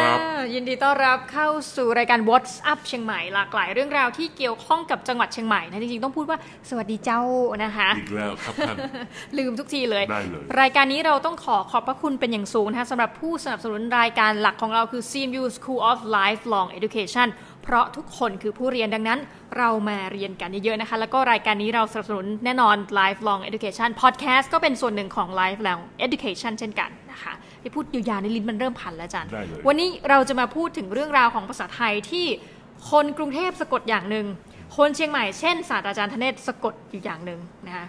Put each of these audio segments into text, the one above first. รับเข้าสู่รายการ What's Up เชียงใหม่หลากหลายเรื่องราวที่เกี่ยวข้องกับจังหวัดเชียงใหม่นะจริงๆต้องพูดว่าสวัสดีเจ้านะคะ อีกแล้วครับท่าน ลืมทุกทีเลย ได้เลย รายการนี้เราต้องขอขอบพระคุณเป็นอย่างสูงนะคะสำหรับผู้สนับสนุนรายการหลักของเราคือ CMU School of Lifelong Education เพราะทุกคนคือผู้เรียนดังนั้น เรามาเรียนกันเยอะๆนะคะ แล้วก็รายการนี้เราสนับสนุนแน่นอน Lifelong Education Podcast ก็เป็นส่วนหนึ่งของ Lifelong Education เช่นกันนะคะที่พูดยาวๆในลิ้นมันเริ่มพันแล้วอาจารย์ ได้เลย วันนี้เราจะมาพูดถึงเรื่องราวของภาษาไทยที่คนกรุงเทพสะกดอย่างหนึ่ง คนเชียงใหม่เช่นศาสตราจารย์ธเนศสะกดอยู่อย่างหนึ่งนะคะ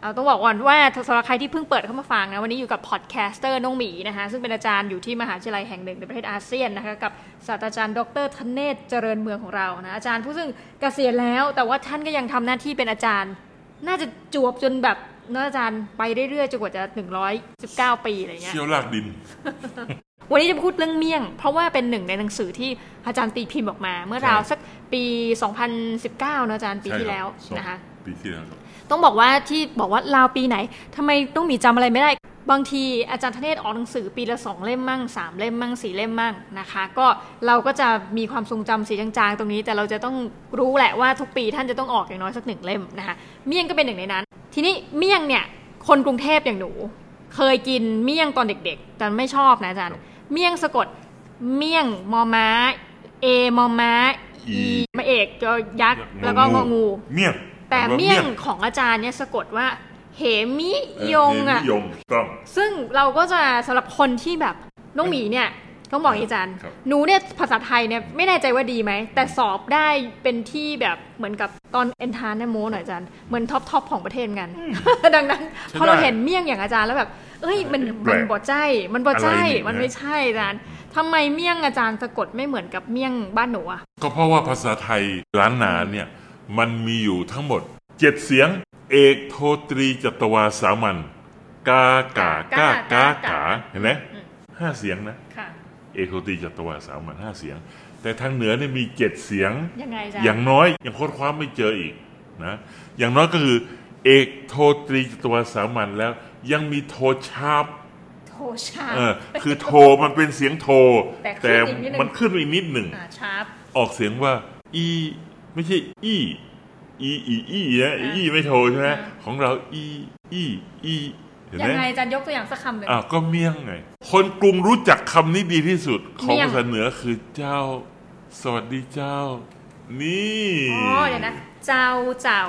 เอาต้องบอกก่อนว่าสำหรับใครที่เพิ่งเปิดเข้ามาฟังนะวันนี้อยู่กับพอดแคสเตอร์น้องหมีนะคะซึ่งเป็นอาจารย์อยู่ที่มหาวิทยาลัยแห่งหนึ่งในประเทศอาเซียนนะคะกับศาสตราจารย์ดรธเนศเจริญเมืองของเรานะอาจารย์ผู้ซึ่งเกษียณแล้วแต่ว่าท่านก็ยังทำหน้าที่เป็นอาจารย์ น่าจะจวบจนแบบเนอะอาจารย์ไปเรื่อยๆจนกว่าจะ119 ปีอะไรเงี้ย เชี่ยวลากดิน วันนี้จะพูดเรื่องเมี่ยง เพราะว่าเป็นหนึ่งในหนังสือที่อาจารย์ตีพิมพ์ออกมา เมื่อราวสักปี 2019เนอะอาจารย์ปีที่แล้ว ใช่ นะ รั คะ บปีที่แล้วครับ ต้องบอกว่าที่บอกว่าลาวปีไหนทำไมต้องมีจำอะไรไม่ได้ บางทีอาจารย์ธเนศออกหนังสือปีละสองเล่มมั่งสามเล่มมั่งสี่เล่มมั่งนะคะ ก็เราก็จะมีความทรงจำสีจางๆ ตรงนี้ แต่เราจะต้องรู้แหละว่าทุกปีท่านจะต้องออกอย่างน้อยสักหนึ่งเล่มนะคะเมี่ยงก็เป็นหนึ่งในนั้น ทีนี้เมี่ยงเนี่ยคนกรุงเทพอย่างหนู เคยกินเมี่ยงตอนเด็กๆ แต่ไม่ชอบนะอาจารย์ ครับ เมี่ยงสะกดเมี่ยงมอม้าเอมอม้า อี อีมาเอกยอยักษ์แล้วก็งองู เมี่ยง แต่ ว่า เมี่ยงของอาจารย์เนี่ยสะกดว่าเหมิ เมี่ ยงอ่ะ เมี่ยงยงต้อง ซึ่งเราก็จะสำหรับคนที่แบบน้องหมีเนี่ยต้องบอกอย่างนี้อาจารย์ ครับ หนูเนี่ยภาษาไทยเนี่ยไม่แน่ใจว่าดีไหม แต่สอบได้เป็นที่แบบเหมือนกับตอนเอนทานเนี่ยโมหน่อยอาจารย์เหมือนท็อปทอปของประเทศเหมือนกัน ดังนั้น พอเราเห็นเมี่ยงอย่างอาจารย์แล้วแบบ เอ้ยมัน แปลก มันบ่ใจมันบ่ใจ อะไรเนี่ย มันไม่ใช่อาจารย์ทำไมเมี่ยงอาจารย์สะกดไม่เหมือนกับเมี่ยงบ้านหนูอะ ก็เพราะว่าภาษาไทยล้านนาเนี่ยมันมีอยู่ทั้งหมดเจ็ดเสียง เอกโทตรีจัตวาสามัญกากากากากาเห็นไหมห้าเสียงนะ ค่ะ เอกโทตรีจัตวาสามัญห้าเสียง แต่ทางเหนือเนี่ยมีเจ็ดเสียง ยังไงอาจารย์ อย่างน้อยยังค้นคว้าไม่เจออีกนะอย่างน้อยก็คือเอกโทตรีจัตวาสามัญแล้วยังมีโทชาร์ป โทรชา เออคือโทรมันเป็นเสียงโทร แต่ขึ้นอีกนิดนึง มันขึ้นไปนิดหนึ่ง อ่าชาร์ป ออกเสียงว่า อี ไม่ใช่อีอีอีอีนะอีไม่โทรใช่ไหม อ่า ของเราอีอีอีเห็น ยั ไหม งไงอาจารย์ยกตัวอย่างสักคำหนึ่ง อ้าวก็เมี่ยงไง คนกรุงรู้จักคำนี้ดีที่สุด ของ เมี่ยง ภาษาเหนือคือเจ้า สวัสดีเจ้า นี่ อ๋อเดี๋ยวนะ เจ้าเจ้า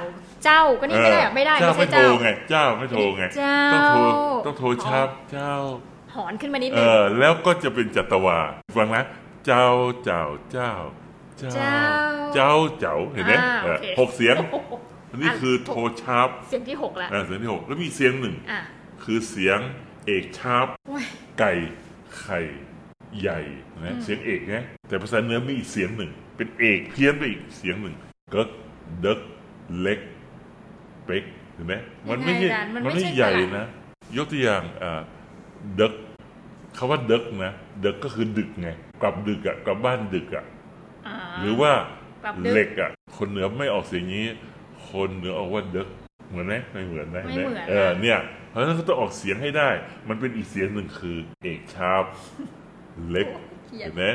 เจ้าก็นี่ไม่ได้อะไม่ได้ เจ้า ไม่ ไม่ ใช่ โทร เจ้า ไง เจ้าไม่โทรไง เจ้า ต้องโทรต้องโทรชับเจ้า หอนขึ้นมานิด เอ นึง อแล้วก็จะเป็นจัตวาฟังนะเจ้าเจ้าเจ้า เจ้าเจ้าเจ้าเห็นไหม อ่า เอ โอ อ เค หกเสียง โอ้โห อันนี้คือโทชาร์ป เสียงที่หกแล้ว เออเสียงที่หกแล้วมีเสียงหนึ่ง อ่ะ คือเสียงเอกชาร์ป โอ้ย ไก่ไข่ใหญ่นะเสียงเอกนะแต่ภาษาเหนื้อมีอีกเสียงหนึ่ง เป็นเอกเพี้ยนไปอีกเสียงหนึ่งเกิกเด็กเล็กเป็กเห็นไหมมันไม่ใช่ ยังงอาจารย์ มัน ไม่ ไม่ ช่ ใหญ่ สระ นะ ยกตัวอย่างอ่าเด็ก คำว่าดึกนะดึกก็คือดึกไง กลับดึกอะกลับบ้านดึกอะ อ่า หรือว่าก ลับดึก เหล็กอะคนเหนือไม่ออกเสียงอย่างนี้ คนเหนือออกว่าดึกเหมือนไหมไม่เหมือนนะ ไม่ ห็ เหมือน เออเนี่ย เพราะฉะนั้นก็ต้องออกเสียงให้ได้ มันเป็นอีกเสียงหนึ่งคือ เอกชาบเล็กเห็นไหม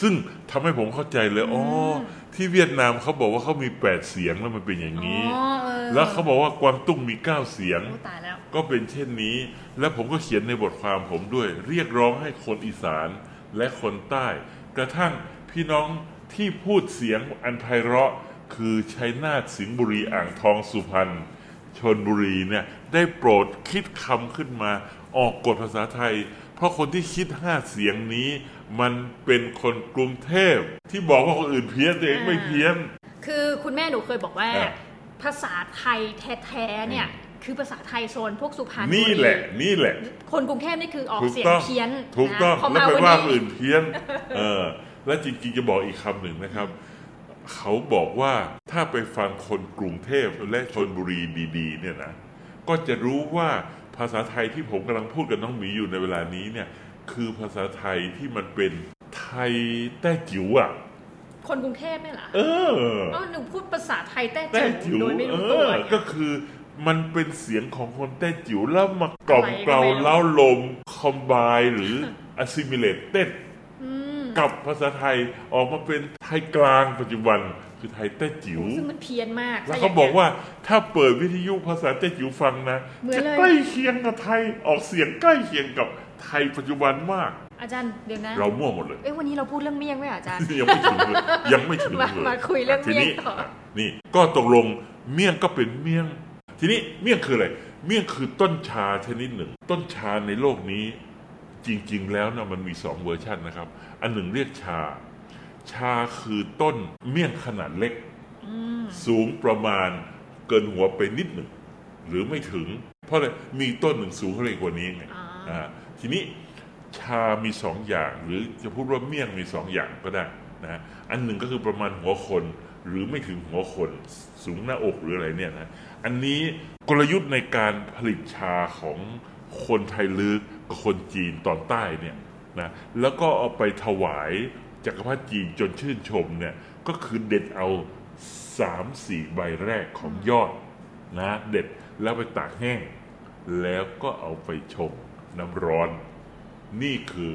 ซึ่งทำให้ผมเข้าใจเลยอ๋ออที่เวียดนามเขาบอกว่าเขามีแปดเสียงแล้วมันเป็นอย่าง อ๋อ นี้ เออ แล้วเขาบอกว่ากวางตุ้งมีเก้าเสียง โอ้ตายแล้ว ก็เป็นเช่นนี้ และผมก็เขียนในบทความผมด้วย เรียกร้องให้คนอีสานและคนใต้ กระทั่งพี่น้องที่พูดเสียงอันไพเราะ คือชัยนาทสิงห์บุรีอ่างทองสุพรรณชนบุรีเนี่ยได้โปรดคิดคำขึ้นมา ออกกฎภาษาไทย เพราะคนที่คิดห้าเสียงนี้ มันเป็นคนกรุงเทพ ที่บอกว่าคนอื่นเพี้ยนตัวเองไม่เพี้ยน คือคุณแม่หนูเคยบอกว่า อ่ะ ภาษาไทยแท้ๆเนี่ย คือภาษาไทยโซนพวกสุพรรณ นี่แหละ นี่แหละ คนกรุงเทพนี่คือออก ถูก เสียง ต้อง เพี้ยน ถูกต้อง นะพอ แล้ มาว ไป วัน ว่าคน นี้ อื่นเพี้ยน เออ และจริงๆจะบอกอีกคำหนึ่งนะครับ เขาบอกว่าถ้าไปฟังคนกรุงเทพและชนบุรีดีๆ เนี่ยนะ ก็จะรู้ว่าภาษาไทยที่ผมกำลังพูดกับน้องหมีอยู่ในเวลานี้เนี่ย คือภาษาไทยที่มันเป็นไทยแต้จิ๋วอ่ะ คนกรุงเทพไม่เหรอ เออ เอ้าหนูพูดภาษาไทยแต้ แต้ จิ๋ จิ๋ ว ว โดยไม่ เอ รู้ตัว อ เนี่ย ก็คือมันเป็นเสียงของคนแต้จิ๋วแล้วมากล่อม อะไรก็ เกลา ไม่รู้ เล้าลมคอมบายหรือ assimilated กลับภาษาไทยออกมาเป็นไทยกลางปัจจุบันคือไทยแต้จิ๋ว ซึ่งมันเพี้ยนมาก แล้ว ถ้ เขา ย่ง บอก นั้น ว่าถ้าเปิดวิทยุภาษาแต้จิ๋วฟังนะ เหมือน จะ เลย ใกล้เคียงกับไทยออกเสียงใกล้เคียงกับไทยปัจจุบันมาก อาจารย์เดี๋ยวนะ เรามั่วหมดเลย เอ้ยวันนี้เราพูดเรื่องเมี่ยงไหมอ่ะอาจารย์ ยังไม่ถึงเลยยังไม่ถึงเลย มามาคุยเรื่อง ที เมี่ยง นี้ ต่ออ่ ะนี่ก็ตกลงเมี่ยงก็เป็นเมี่ยง ทีนี้เมี่ยงคืออะไร เมี่ยงคือต้นชาชนิดหนึ่ง ต้นชาในโลกนี้ จริง ๆ แล้วนะมันมีสองเวอร์ชันนะครับ อันหนึ่งเรียกชา ชาคือต้นเมี่ยงขนาดเล็ก สูงประมาณเกินหัวไปนิดหนึ่ง หรือไม่ถึง เพราะอะไรมีต้นหนึ่งสูงเท่าไหร่กว่านี้ไง อ่า อ่าทีนี้ชามีสองอย่าง หรือจะพูดว่าเมี่ยงมีสองอย่างก็ได้นะอันหนึ่งก็คือประมาณหัวคน หรือไม่ถึงหัวคนสูงหน้าอกหรืออะไรเนี่ยนะอันนี้กลยุทธ์ในการผลิตชาของคนไทยลึกกับคนจีนตอนใต้เนี่ยนะแล้วก็เอาไปถวายจักรพรรดิจีนจนชื่นชมเนี่ยก็คือเด็ดเอา สามสี่ใบแรกของยอดนะเด็ดแล้วไปตากแห้ง แล้วก็เอาไปชงน้ำร้อน นี่คือ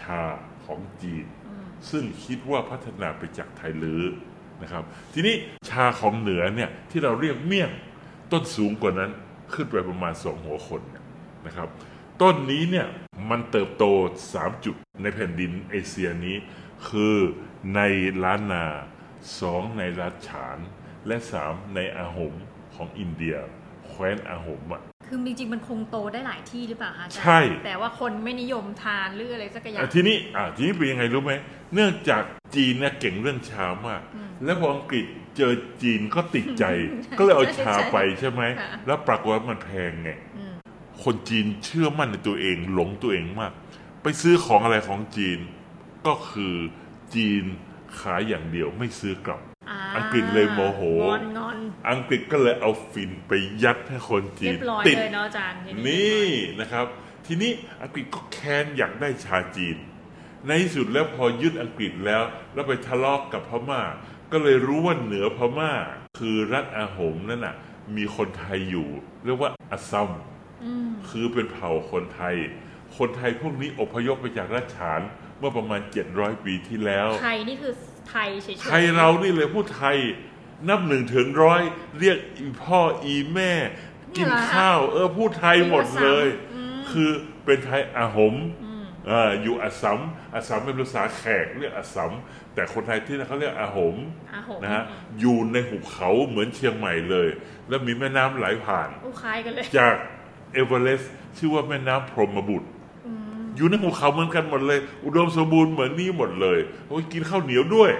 ชาของจีน ซึ่งคิดว่าพัฒนาไปจากไทยลือนะครับ ทีนี้ชาของเหนือเนี่ยที่เราเรียกเมี่ยง ต้นสูงกว่านั้นขึ้นไปประมาณสองหัวคนเนี่ยนะครับ ต้นนี้เนี่ยมันเติบโต 3 จุดในแผ่นดินเอเชียนี้ คือในล้านนา 2 ในรัฐฉาน และ 3 ในอาหมของอินเดีย แคว้นอาหมอ่ะ คือจริงๆมันคงโตได้หลายที่หรือเปล่าคะอาจารย์ ใช่ แต่ว่าคนไม่นิยมทานหรืออะไรสักอย่าง อ่ะทีนี้อ่ะทีนี้เป็นยังไงรู้ไหม เนื่องจากจีนเนี่ยเก่งเรื่องชามาก แล้วพออังกฤษเจอจีนก็ติดใจ ก็เลยเอาชาไปใช่ไหม ค่ะ แล้วปรากฏว่ามันแพงไง อืม คนจีนเชื่อมั่นในตัวเองหลงตัวเองมาก ไปซื้อของอะไรของจีน ก็คือจีนขายอย่างเดียวไม่ซื้อกลับ า อังกฤษเลยโมโห งอนงอน อังกฤษก็เลยเอาฟินไปยัดให้คน ๆ จี เรี น ยบร้อย ติด เลยเนาะอาจารย์ที นี่นะครับ ทีนี้อังกฤษก็แค้นอยากได้ชาจีน ในที่สุดแล้วพอยึดอังกฤษแล้ว แล้วไปทะเลาะกกับพม่า ก็เลยรู้ว่าเหนือพม่า คือรัฐอาหมนั่นน่ะ มีคนไทยอยู่ เรียกว่าอัสซัม อืม คือเป็นเผ่าคนไทย คนไทยพวกนี้อพยพไปจากราชฐานเมื่อประมาณ 700 ปีที่แล้ว ไทยนี่คือไทยเฉยๆ ไทยเรานี่เลยพูดไทย นับหนึ่งถึงร้อยเรียกอีพ่ออีแม่ กินข้าว เออพูดไทยหมดเลย อืม คือเป็นไทยอาหม อืม เอออยู่อัสสัมอัสสัมเป็นภาษาแขกเรียกอัสสัม แต่คนไทยที่นั่นเขาเรียกอาหม อาหก นะฮะอยู่ในหุบเขาเหมือนเชียงใหม่เลย แล้วมีแม่น้ำไหลผ่าน อู้คล้ายกันเลย จากเอเวอเรสต์ชื่อว่าแม่น้ำพรหมบุตร อยู่ในหุบเขาเหมือนกันหมดเลย อุดมสมบูรณ์เหมือนนี่หมดเลยโอ้ยกินข้าวเหนียวด้วย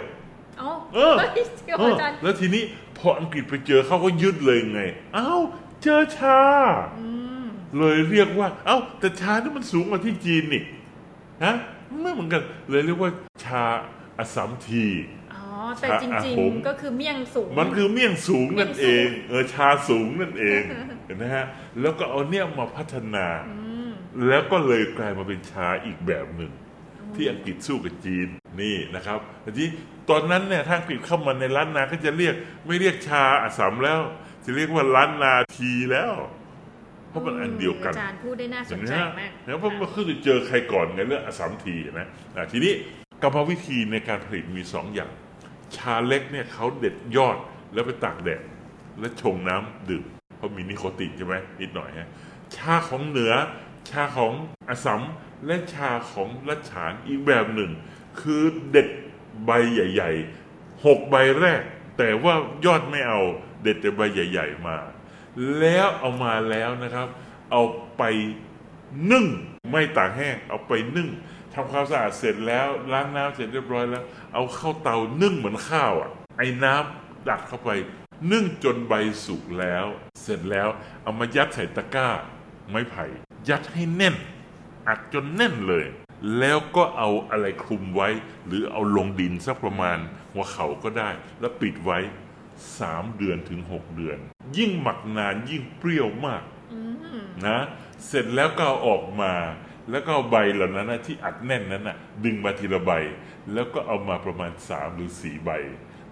เอ้า เออ เฮ้ยเดี๋ยว เออ อาจารย์ แล้วทีนี้พออังกฤษไปเจอเขาก็ยึดเลยไง อ้าว เจอชา อืม เลยเรียกว่า เอ้า แต่ชานี่มันสูงกว่าที่จีนนี่ฮะไม่เหมือนกัน เลยเรียกว่าชาอสสัมที อ๋อแต่จริง อาหก ๆก็คือเมี่ยงสูง มันคือเมี่ยงสูงนั่น เมี่ เอย ง งสูง เออชาสูงนั่นเองเห็นะฮะ แล้วก็เอาเนี่ยมาพัฒนา แล้วก็เลยกลายมาเป็นชาอีกแบบหนึ่ง ที่อังกฤษสู้กับจีนนี่นะครับทีนี้ตอนนั้นเนี่ยถ้าอังกฤษเข้ามาในล้านนาก็จะเรียกไม่เรียกชาอัสสัมแล้ว จะเรียกว่าล้านนาทีแล้ว เพราะมันอันเดียวกัน อาจารย์พูดได้น่าส เห็ น นไหม ใจ ฮะ มาก แล้วพอมาขึ้นไปเจอใครก่อนไงเรื่องอสามทีนะอ่ะทีนี้กรรมวิธีในการผลิตมีสองอย่าง ชาเล็กเนี่ยเขาเด็ดยอดแล้วไปตากแดดแล้วชงน้ำดื่มเพราะมีนิโคตินใช่ไหมนิดหน่อยฮะชาของเหนือ ชาของอสสัมและชาของรัชฉานอีกแบบหนึ่ง คือเด็ดใบใหญ่ๆหกใบแรก แต่ว่ายอดไม่เอาเด็ดแต่ใบใหญ่ ๆ มา แล้วเอามาแล้วนะครับ เอาไป นึ่งไม่ตากแห้งเอาไปนึ่งทำความสะอาดเสร็จแล้วล้างน้ำเสร็จเรียบร้อยแล้ว เอาเข้าเตานึ่งเหมือนข้าวอ่ะ ไอ้น้ำดักเข้าไป นึ่งจนใบสุกแล้ว เสร็จแล้วเอามายัดใส่ตะกร้า ไม้ไผ่ยัดให้แน่น อัดจนแน่นเลย แล้วก็เอาอะไรคลุมไว้ หรือเอาลงดินสักประมาณหัวเข่าก็ได้ แล้วปิดไว้ 3 เดือนถึง 6 เดือน ยิ่งหมักนานยิ่งเปรี้ยวมาก อืม นะเสร็จแล้วก็เอาออกมา แล้วก็เอาใบเหล่านั้นนะที่อัดแน่นนั้นนะดึงมาทีละใบ แล้วก็เอามาประมาณ 3 หรือ 4 ใบ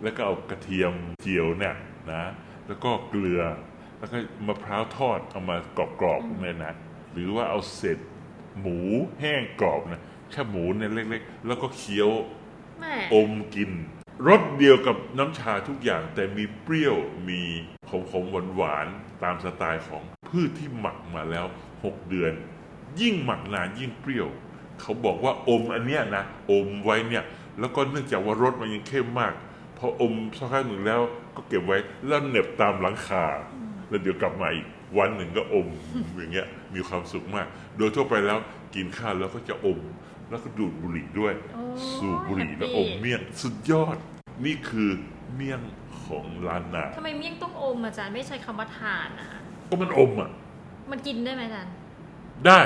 แล้วก็เอากระเทียมเจียวเนี่ยนะแล้วก็เกลือ แล้วก็มะพร้าวทอดเอามากรอบๆเนี่ยนะหรือว่าเอาเศษหมูแห้งกรอบนะ แค่หมูเนี่ยเล็กๆ แล้วก็เคี้ยว แม่ อมกินรสเดียวกับน้ำชาทุกอย่าง แต่มีเปรี้ยวมีขมขมหวานหวานๆตามสไตล์ของพืชที่หมักมาแล้ว 6 เดือน ยิ่งหมักนานยิ่งเปรี้ยว เขาบอกว่าอมอันเนี้ยนะ อมไว้เนี่ย แล้วก็เนื่องจากว่ารสมันยังเข้มมาก พออมสักครั้งหนึ่งแล้วก็เก็บไว้แล้วเหน็บตามหลังคา แล้วเดี๋ยวกลับมาอีกวันหนึ่งก็อม อย่างเงี้ยมีความสุขมาก โดยทั่วไปแล้วกินข้าวแล้วก็จะอม แล้วก็ดูดบุหรี่ด้วย โอ้ย สูบบุหรี่และอม แฮปปี้ เมี่ยงสุดยอด นี่คือเมี่ยงของร้านนา ทำไมเมี่ยงต้องอมอาจารย์ไม่ใช้คำว่าทานนะ ก็มันอมอ่ะ มันกินได้ไหมอาจารย์ ได้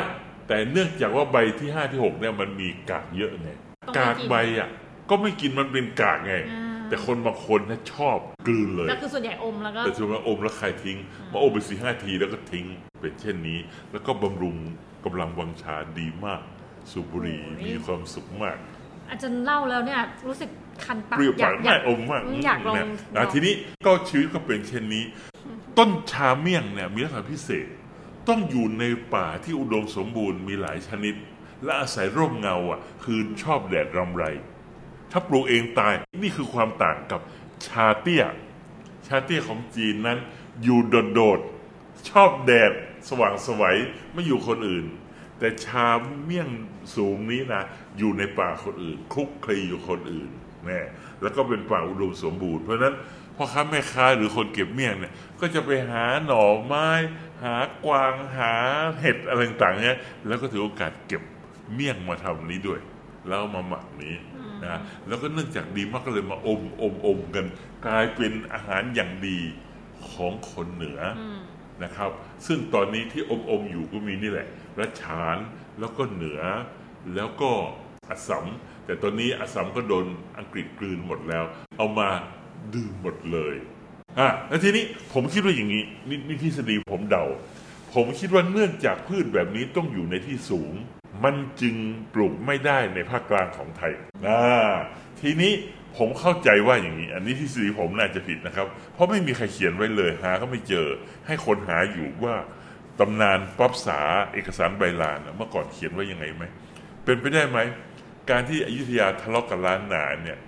แต่เนื่องจากว่าใบที่ห้าที่หกเนี่ยมันมีกากเยอะไง ต้องไม่กิน กากใบอ่ะ ก็ไม่กินมันเป็นกากไง อ่า แต่คนบางคนนะชอบกลืนเลย ก็คือส่วนใหญ่อมแล้วก็ แต่ถือว่าอมแล้วใครทิ้งมาอมไปสี่ห้าทีแล้วก็ทิ้งเป็นเช่นนี้ แล้วก็บำรุงกำลังวังชาดีมาก สูบบุหรี่ โอ้ย มีความสุขมาก อาจารย์เล่าแล้วเนี่ยรู้สึกคันปาก เปรี้ยวปายอาก กอ ไม่ ยาก อมมาก อืมอยากลอง นะ ลอง ทีนี้ก็ชีวิตก็เป็นเช่นนี้ ต้นชาเมี่ยงเนี่ยมีลักษณะพิเศษ ต้องอยู่ในป่าที่อุดมสมบูรณ์มีหลายชนิด และอาศัยร่มเงาอ่ะ คือชอบแดดรำไร ถ้าปลูกเองตายนี่คือความต่างกับชาเตี้ย ชาเตี้ยของจีนนั้นอยู่โดดๆ ชอบแดดสว่างไสวัยไม่อยู่คนอื่น แต่ชาเมี่ยงสูงนี้นะอยู่ในป่าคนอื่นคลุกคลีอยู่คนอื่นแน่แล้วก็เป็นป่าอุดมสมบูรณ์เพราะฉะนั้นพ่อค้าแม่ค้าหรือคนเก็บเมี่ยงเนี่ยก็จะไปหาหน่อไม้ หากวางหาเห็ดอะไรต่างๆเนี่ยแล้วก็ถือโอกาสเก็บเมี่ยงมาทำนี้ด้วย แล้วมาหมักนี้นะแล้วก็เนื่องจากดีมากก็เลยมาอมอมอมกัน กลายเป็นอาหารอย่างดีของคนเหนืออนะครับ ซึ่งตอนนี้ที่อมอมอยู่ก็มีนี่แหละรัชานแล้วก็เหนือ แล้วก็อัสสัมแต่ตอนนี้อัสสัมก็โดนอังกฤษกลืนหมดแล้ว เอามาดื่มหมดเลยอ่ะแล้วทีนี้ผมคิดว่าอย่างนี้นี่นี่ทฤษฎีผมเดา ผมคิดว่าเนื่องจากพืชแบบนี้ต้องอยู่ในที่สูง มันจึงปลูกไม่ได้ในภาคกลางของไทยนะทีนี้ผมเข้าใจว่าอย่างนี้ อันนี้ที่สีผมน่าจะผิดนะครับ เพราะไม่มีใครเขียนไว้เลยหาก็ไม่เจอ ให้คนหาอยู่ว่าตำนานป๊อปสาเอกสารใบลานอะเมื่อก่อนเขียนไว้ยังไงไหม เป็นไปได้ไหม การที่อยุธยาทะเลาะกับล้านนาเนี่ย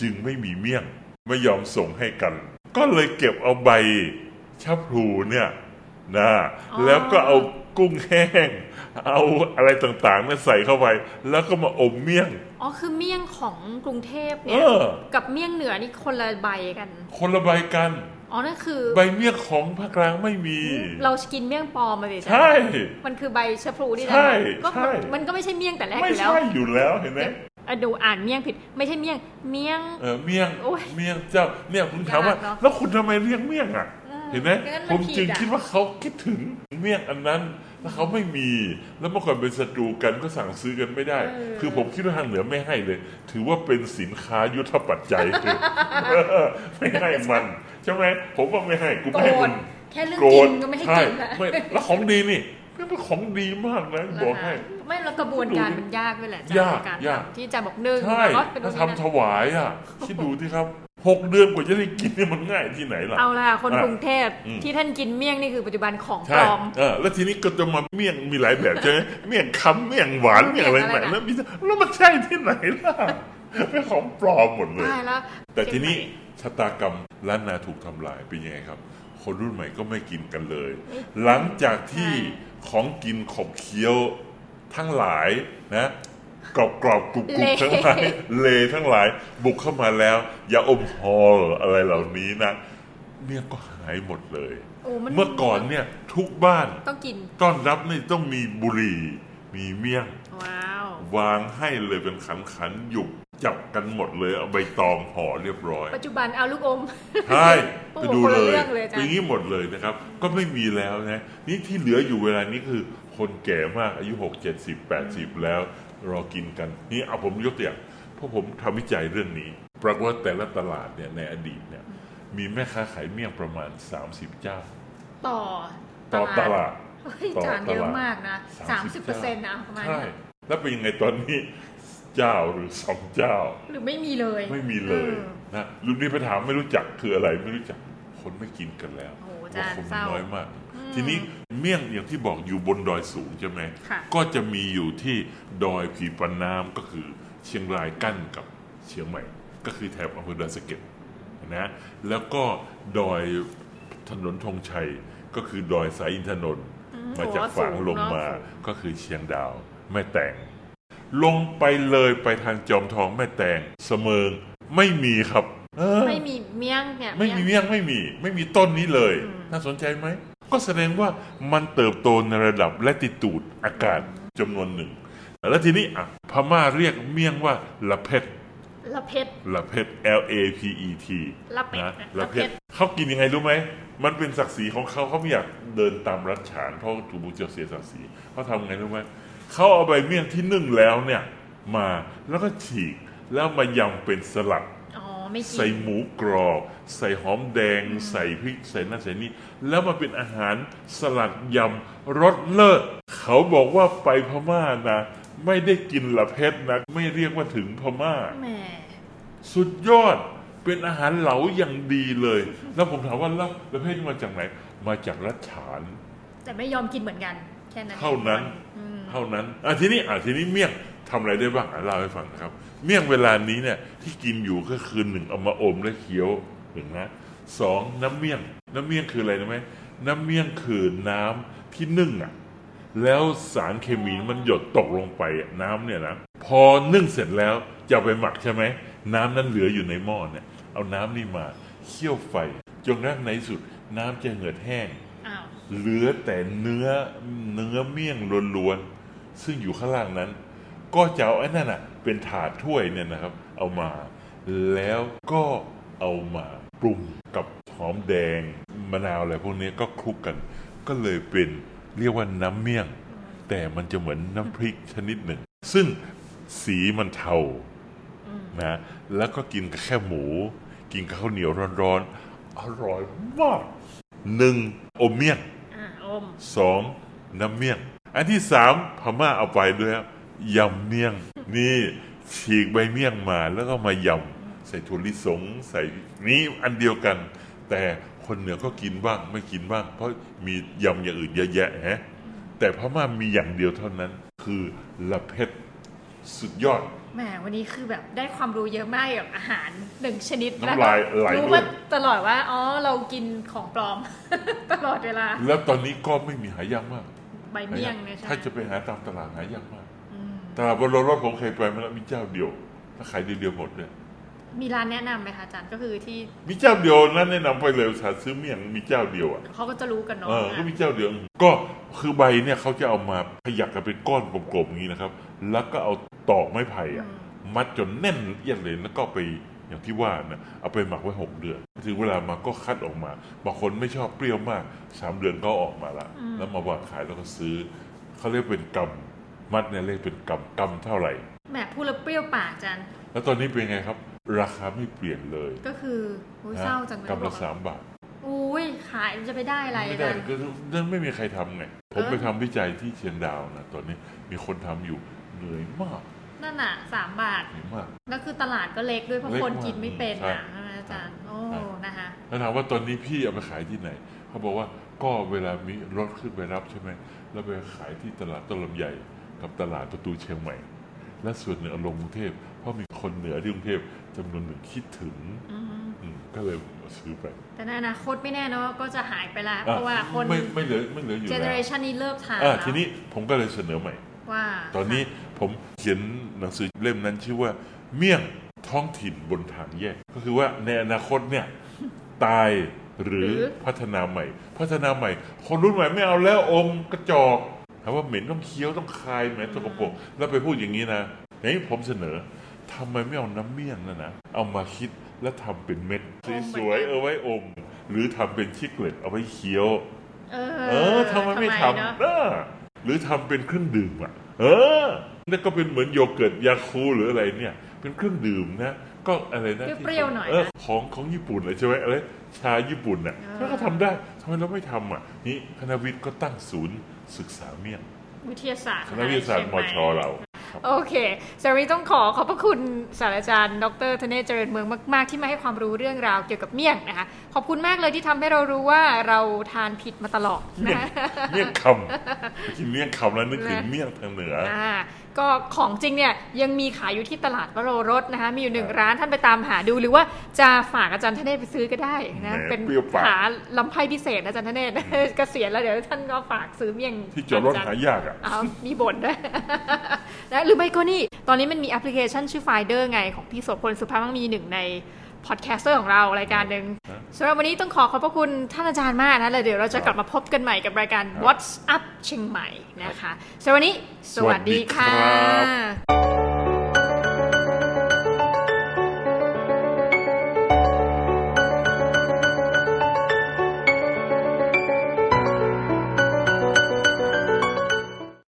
จึงไม่มีเมี่ยงไม่ยอมส่งให้กัน ก็เลยเก็บเอาใบชะพลูเนี่ยนะ อ๋อ แล้วก็เอากุ้งแห้ง เอาอะไรต่างๆเนี่ยใส่เข้าไป แล้วก็มาอมเมี่ยง อ๋อคือเมี่ยงของกรุงเทพ เอ เนี่ย อ กับเมี่ยงเหนือนี่คนละใบกัน คนละใบกัน อ๋อนั่นคือ ใบเมี่ยงของภาคกลางไม่มี เรากินเมี่ยงปลอมมาเลย ใช่ มันคือใบชะพลูนี่นะ ใช่ ก็ ใช่ มันมันก็ไม่ใช่เมี่ยงแต่แรกอ ไม่ ยู่แล้ว ใช่อยู่แล้วเห็นไหม อ่ะดูอ่านเมี่ยงผิด ไม่ใช่เมี่ยงเมี่ยง เออเมี่ยง โอ้ย เมี่ยงเจ้าเนี่ยผมถามว่า น่ารักเนอะ แล้วคุณทำไมเรียกเมี่ยงอ่ะ เออ เห็นไหม งั้นมัน ผม ผิด จึง อะ คิดว่าเขาคิดถึงเมี่ยงอันนั้นแล้วเขาไม่มี แล้วเมื่อก่อนเป็นศัตรูกันก็สั่งซื้อกันไม่ได้ คือผมคิดว่าทางเหนือไม่ให้เลย ถือว่าเป็นสินค้ายุทธปัจจัย ไม่ให้มันใช่ไหมผมว่าไม่ให้กู โก ไม่ให้ ร มั ธ น แค่เรื่อง โกร กิ ธ นก็ไม่ให้ ใช่ กินละ ไม่แล้วของดีนี่นี่เป็นของดีมากนะบอกให้ ไม่แล้วกระบวนการมันยากด้วยแหละอจร ยาก ในร ยาก ทำที่อาจารย์บอกหนึ่ง ใช่ แล้วก็เป็น ถ้า นู่น ทำนี่ถนั่น วายอ่ะคิดดูที่ครับหกเดือนกว่าจะได้กินเนี่ยมันง่ายที่ไหนล่ะ เอาล่ะคน อ่ะ กรุงเทพ อืม ที่ท่านกินเมี่ยงนี่คือปัจจุบันของป ใช่ ลอม เออแล้วทีนี้ก็จะมาเมี่ยงมีหลายแบบใช่ไหม เมี่ยงคำเมี่ยงหวานเมี่ยงอะไร เมี่ยงอะไร ใหม่ นะ แล้วมีแล้วมันใช่ที่ไหนล่ะ เป็นของปลอมหมดเลย ได้แล้ว แต่ทีนี้ เชียงใหม่ ชะตากรรมล้านนาถูกทำลายเป็นยังไงครับ คนรุ่นใหม่ก็ไม่กินกันเลย หลังจากที่ ใช่ ของกินขบเคี้ยวทั้งหลายนะกรอบกรอบๆกรุบกรุบทั้งหลายเลทั้งหลายบุกเข้ามาแล้วยาอมฮอลอะไรเหล่านี้นะเมี่ยงก็หายหมดเลย โอ้มัน เมื่อก่อนเนี่ยทุกบ้าน ต้องกิน ต้อนรับนี่ต้องมีบุหรี่ มีเมี่ยง ว้าว วางให้เลยเป็นขันขันๆหยุกจับกันหมดเลยเอาใบตองห่อเรียบร้อย ปัจจุบันเอาลูกอม ใช่ โอ้ ไป โห ดู คน เล ละ ย เรื่องเลยอาจารย์ เป็นอย่างนี้หมดเลยนะครับ ก็ไม่มีแล้วนะนี่ที่เหลืออยู่เวลานี้คือคนแก่มากอายุ 6 7 0 80 แล้วรอกินกัน นี่เอาผมยกตัวอย่างเพราะผมทำวิจัยเรื่องนี้ ปรากฏว่าแต่ละตลาดเนี่ยในอดีตเนี่ยมีแม่ค้าขายเมี่ยงประมาณ 30 เจ้า ต่อ ต่อตลาด เฮ้ย ต่อ จานเย ต อะ ลาด มากนะสามสิบเปอร์เซ็นต์นะประมาณ ใช่ นี้ แล้วเป็นยังไงตอนนี้เจ้าหรือสองเจ้า หรือไม่มีเลย ไม่มีเลอยอ นะรุ่นนี้ไปถามไม่รู้จักคืออะไรไม่รู้จักคนไม่กินกันแล้ว โอ้โหอา ว่า จารย์ คน เศร้า น้อยมาก ทีนี้เมี่ยงอย่างที่บอกอยู่บนดอยสูงใช่ไหม ค่ะ ก็จะมีอยู่ที่ดอยผีปันน้ำก็คือเชียงรายกั้นกับเชียงใหม่ ก็คือแถบอำเภอดอยสะเก็ดนะแล้วก็ดอยถนนธงชัยก็คือดอยสายอินทนนท์มาจากฝางลงมาก็คือเชียงดาวแม่แตง ลงไปเลยไปทางจอมทองแม่แตงเสมิงไม่มีครับ เออ ไม่มีเมี่ยงเนี่ย ไม่มี เยง เมี่ยงไม่มี ไม่มีต้นนี้เลย อืม น่าสนใจไหม ก็แสดงว่ามันเติบโตในระดับและติตูดอากาศจำนวนหนึ่ง แล้วทีนี้อ่ะพม่าเรียกเมี่ยงว่าละเพ็ด ละเพชร ละเพ็ด L A P E T ละเป็ด นะ นะ ละเพ็ด ละเพ็ด เขากินยังไงรู้ไหม มันเป็นศักดิ์ศรีของเขาเขาไม่อยากเดินตามรัฐฉานเพราะถูกบูเจียวเสียศักดิ์ศรีเขาทำไงรู้ไหมเขาเอาใบเมี่ยงที่นึ่งแล้วเนี่ยมาแล้วก็ฉีกแล้วมายำเป็นสลัด อ๋อไม่กิ ใส่ น หมูกรอบ ใส่หอมแดง ใส่พริกใส่นั่นใส่นี่แล้วมาเป็นอาหารสลัดยำรสเลิศเขาบอกว่าไปพม่านะ ไม่ได้กินละเพชรนะ ไม่เรียกว่าถึงพม่า แหม สุดยอดเป็นอาหารเหลาอย่างดีเลย แล้วผมถามว่าแล้วละเพชรนี่มาจากไหน มาจากรัชฉาน แต่ไม่ยอมกินเหมือนกัน แค่นั้น เท่านั้น อืม เท่านั้นอ่ะทีนี้อ่ะทีนี้เมี่ยงทำอะไรได้บ้างอ่ะเล่าให้ฟังนะครับ เมี่ยงเวลานี้เนี่ยที่กินอยู่ก็คือหนึ่งเอามาอมและเคี้ยวหนึ่งนะสองน้ำเมี่ยง น้ำเมี่ยงคืออะไรรู้ไหมน้ำเมี่ยงคือน้ำที่นึ่งอ่ะแล้วสารเคมีมันหยดตกลงไปอ่ะน้ำเนี่ยนะพอนึ่งเสร็จแล้วจะเอาไปหมักใช่ไหมน้ำนั้นเหลืออยู่ในหม้อเนี่ย เอาน้ำนี่มาเคี่ยวไฟจนกระทั่งในที่สุด น้ำจะเหือดแห้ง อ้าว เหลือแต่เนื้อเนื้อเมี่ยงล้วนๆ ซึ่งอยู่ข้างล่างนั้น ก็จะเอาไอ้นั่นน่ะ เป็นถาดถ้วยเนี่ยนะครับ เอามา แล้วก็เอามาปรุงกับหอมแดงมะนาวอะไรพวกนี้ก็คลุกกัน ก็เลยเป็นเรียกว่าน้ำเมี่ยง แต่มันจะเหมือนน้ำพริกชนิดหนึ่ง ซึ่งสีมันเทา นะแล้วก็กินกับแค่หมู กินกับข้าวเหนียวร้อนๆ อร่อยมากหนึ่งอมเมี่ยง อ่าอม สองน้ำเมี่ยง อันที่สามพม่าเอาไปด้วยครับยำเมี่ยง นี่ฉีกใบเมี่ยงมาแล้วก็มายำใส่ถั่วลิสงใส่นี่อันเดียวกัน แต่คนเหนือก็กินบ้างไม่กินบ้าง เพราะมียำอย่างอื่นเยอะแยะฮะแต่พม่ามีอย่างเดียวเท่านั้น คือละเพ็ดสุดยอด แหมวันนี้คือแบบได้ความรู้เยอะมากเกี่ยวกับอาหารหนึ่งชนิด น้ำ ก็ ลายไหล รู้ ด้วย มาตลอดว่า อ๋อ เรากินของปลอม ตลอดเวลา แล้วตอนนี้ก็ไม่มีหายากมาก ใบเมี่ยงเนี่ยใช่ ถ้าจะ ไหม ไปหาตามตลาดหายากมาก อืม ตลาดบนรถผมเคยไปมันแล้วมีเจ้าเดียว ถ้าขายเดียวๆหมดเลย มีร้านแนะนำไหมคะอาจารย์ก็คือที่ มีเจ้าเดียวนั้นแนะนำไปเลยสาซื้อเมี่ยงมีเจ้าเดียวอ่ะ เขาก็จะรู้กันเนาะ เออ ก็มีเจ้าเดียว ก็คือใบเนี่ยเขาจะเอามาขยักกันเป็นก้อนกลมๆอย่างนี้นะครับ แล้วก็เอาตอกไม้ไผ่อะมัดจนแน่นเอียดเลย แล้วก็ไปอย่างที่ว่านะเอาไปหมักไว้หกเดือน ถึงเวลามาก็คัดออกมา บางคนไม่ชอบเปรี้ยวมากสามเดือนก็เอาออกมาละ แล้วมาวางขายแล้วก็ซื้อ เขาเรียกเป็นกำมัดเนี่ยเรียกเป็นกำกำเท่าไหร่ แหมพูดแล้วเปรี้ยวปากอาจารย์ แล้วตอนนี้เป็นไงครับ ราคาไม่เปลี่ยนเลย ก็คืออุ้ย นะ เศร้าจังเลย กำละสามบาท อุ้ยขายจะไปได้อะไร ไม่ อา ได้ จารย์ ก็นั่นไม่มีใครทำไง ผม เออ ไปทำวิจัยที่เชียงดาวนะตอนนี้มีคนทำอยู่เหนื่อยมาก นั่นน่ะสามบาท เหนื่อยมาก แล้วคือตลาดก็เล็กด้วยเพราะ เล็ก คน มาก กินไม่เป็น ใช่ อ่ะใช่ไหมอาจารย์ โอ้ นะคะ แล้วถามว่าตอนนี้พี่เอาไปขายที่ไหน เขาบอกว่าก็เวลามีรถขึ้นไปรับใช่ไหมแล้วไปขายที่ตลาดต้นลำใหญ่กับตลาดประตูเชียงใหม่ และส่วนหนึ่งเอาลงกรุงเทพเพราะมีคนเหนือที่กรุงเทพจำนวนหนึ่งคิดถึง อืม อืมก็เลยเอาซื้อไป แต่ในอนาคตไม่แน่เนอะก็จะหายไปละเพ อ่ะ ราะว่าคน ไม่ไม่เหลือไม่เหลืออยู่ เจ แล้ว เนอเรชันนี้เลิกทาน อ่ะ แล้ว ทีนี้ผมก็เลยเสนอใหม่ ว่า ตอนนี้ผมเขียนหนังสือเล่มนั้นชื่อว่า เมี่ยงท้องถิ่นบนทางแยก ก็คือว่าในอนาคต เนี่ย ตายหรือพัฒนาใหม่ พัฒนาใหม่ คนรุ่นใหม่ไม่เอาแล้วอมกระจอกถามว่าเหม็นต้องเคี้ยวต้องคายแหมสกปรกแล้วไปพูดอย่างนี้นะนี่ผมเสนอทำไมไม่เอาน้ำเมี่ยงนะนะเอามาคิดและทำเป็นเม็ดสวยๆเอาไว้อม หรือทำเป็นชิกเกล็ดเอาไว้เคี้ยว เอ เออทำไมไม่ทำ เนอะ นะหรือทำเป็นเครื่องดื่มอ่ะ เออนี่นก็เป็นเหมือนโยเกิร์ตยาคูลหรืออะไรเนี่ย เป็นเครื่องดื่มนะ ก็อะไรนะที่ เปรี้ยวๆหน่อย เออ นะ ของของญี่ปุ่นอะใช่ไหมอะไรชาญี่ปุ่นน่ะ เออ แล้วก็ทำได้ทำไมเราไม่ทำอ่ะ นี่คณะวิทย์ก็ตั้งศูนย์ศึกษาเมี่ยง วิทยาศาสตร์ คณะวิทยาศาสตร์มอชอเรา โอเคสำหรับวันนี้ต้องขอขอบพระคุณศาสตราจารย์ ดรธเนศเจริญเมืองมาก ๆ ที่มาให้ความรู้เรื่องราวเกี่ยวกับเมี่ยงนะคะ ขอบคุณมากเลยที่ทำให้เรารู้ว่าเราทานผิดมาตลอดนะ เมี่ยง คะ เมี่ยงคำกินเมี่ยงคำแล้วนึกถึงเมี่ยงทางเหนือ อ่าก็ของจริงเนี่ยยังมีขายอยู่ที่ตลาดวโรรสนะคะ มีอยู่หนึ่งร้านท่านไปตามหาดูหรือว่าจะฝากอาจารย์ธเนศไปซื้อก็ได้นะ แหม เป็น เปรี้ยวปาก หาลำไพ่พิเศษนะอาจารย์ธเนศ เกษียณแล้วเดี๋ยวท่านก็ฝากซื้อเมี่ยง ที่จอดรถหายากอ่ะ เอามีบ่นด้วย นะหรือไม่ก็นี่ ตอนนี้มันมีแอปพลิเคชันชื่อ Finder ไงของพี่โสพลสุภาพมั่งมีหนึ่งในพอดแคสเตอร์ของเรารายการหนึ่ง ครับ สำหรับวันนี้ต้องขอขอบพระคุณท่านอาจารย์มากนะแล้วเดี๋ยวเราจะกลับมาพบกันใหม่กับรายการ What's Up เชียงใหม่นะคะสำหรับวันนี้ สวัสดีค่ะ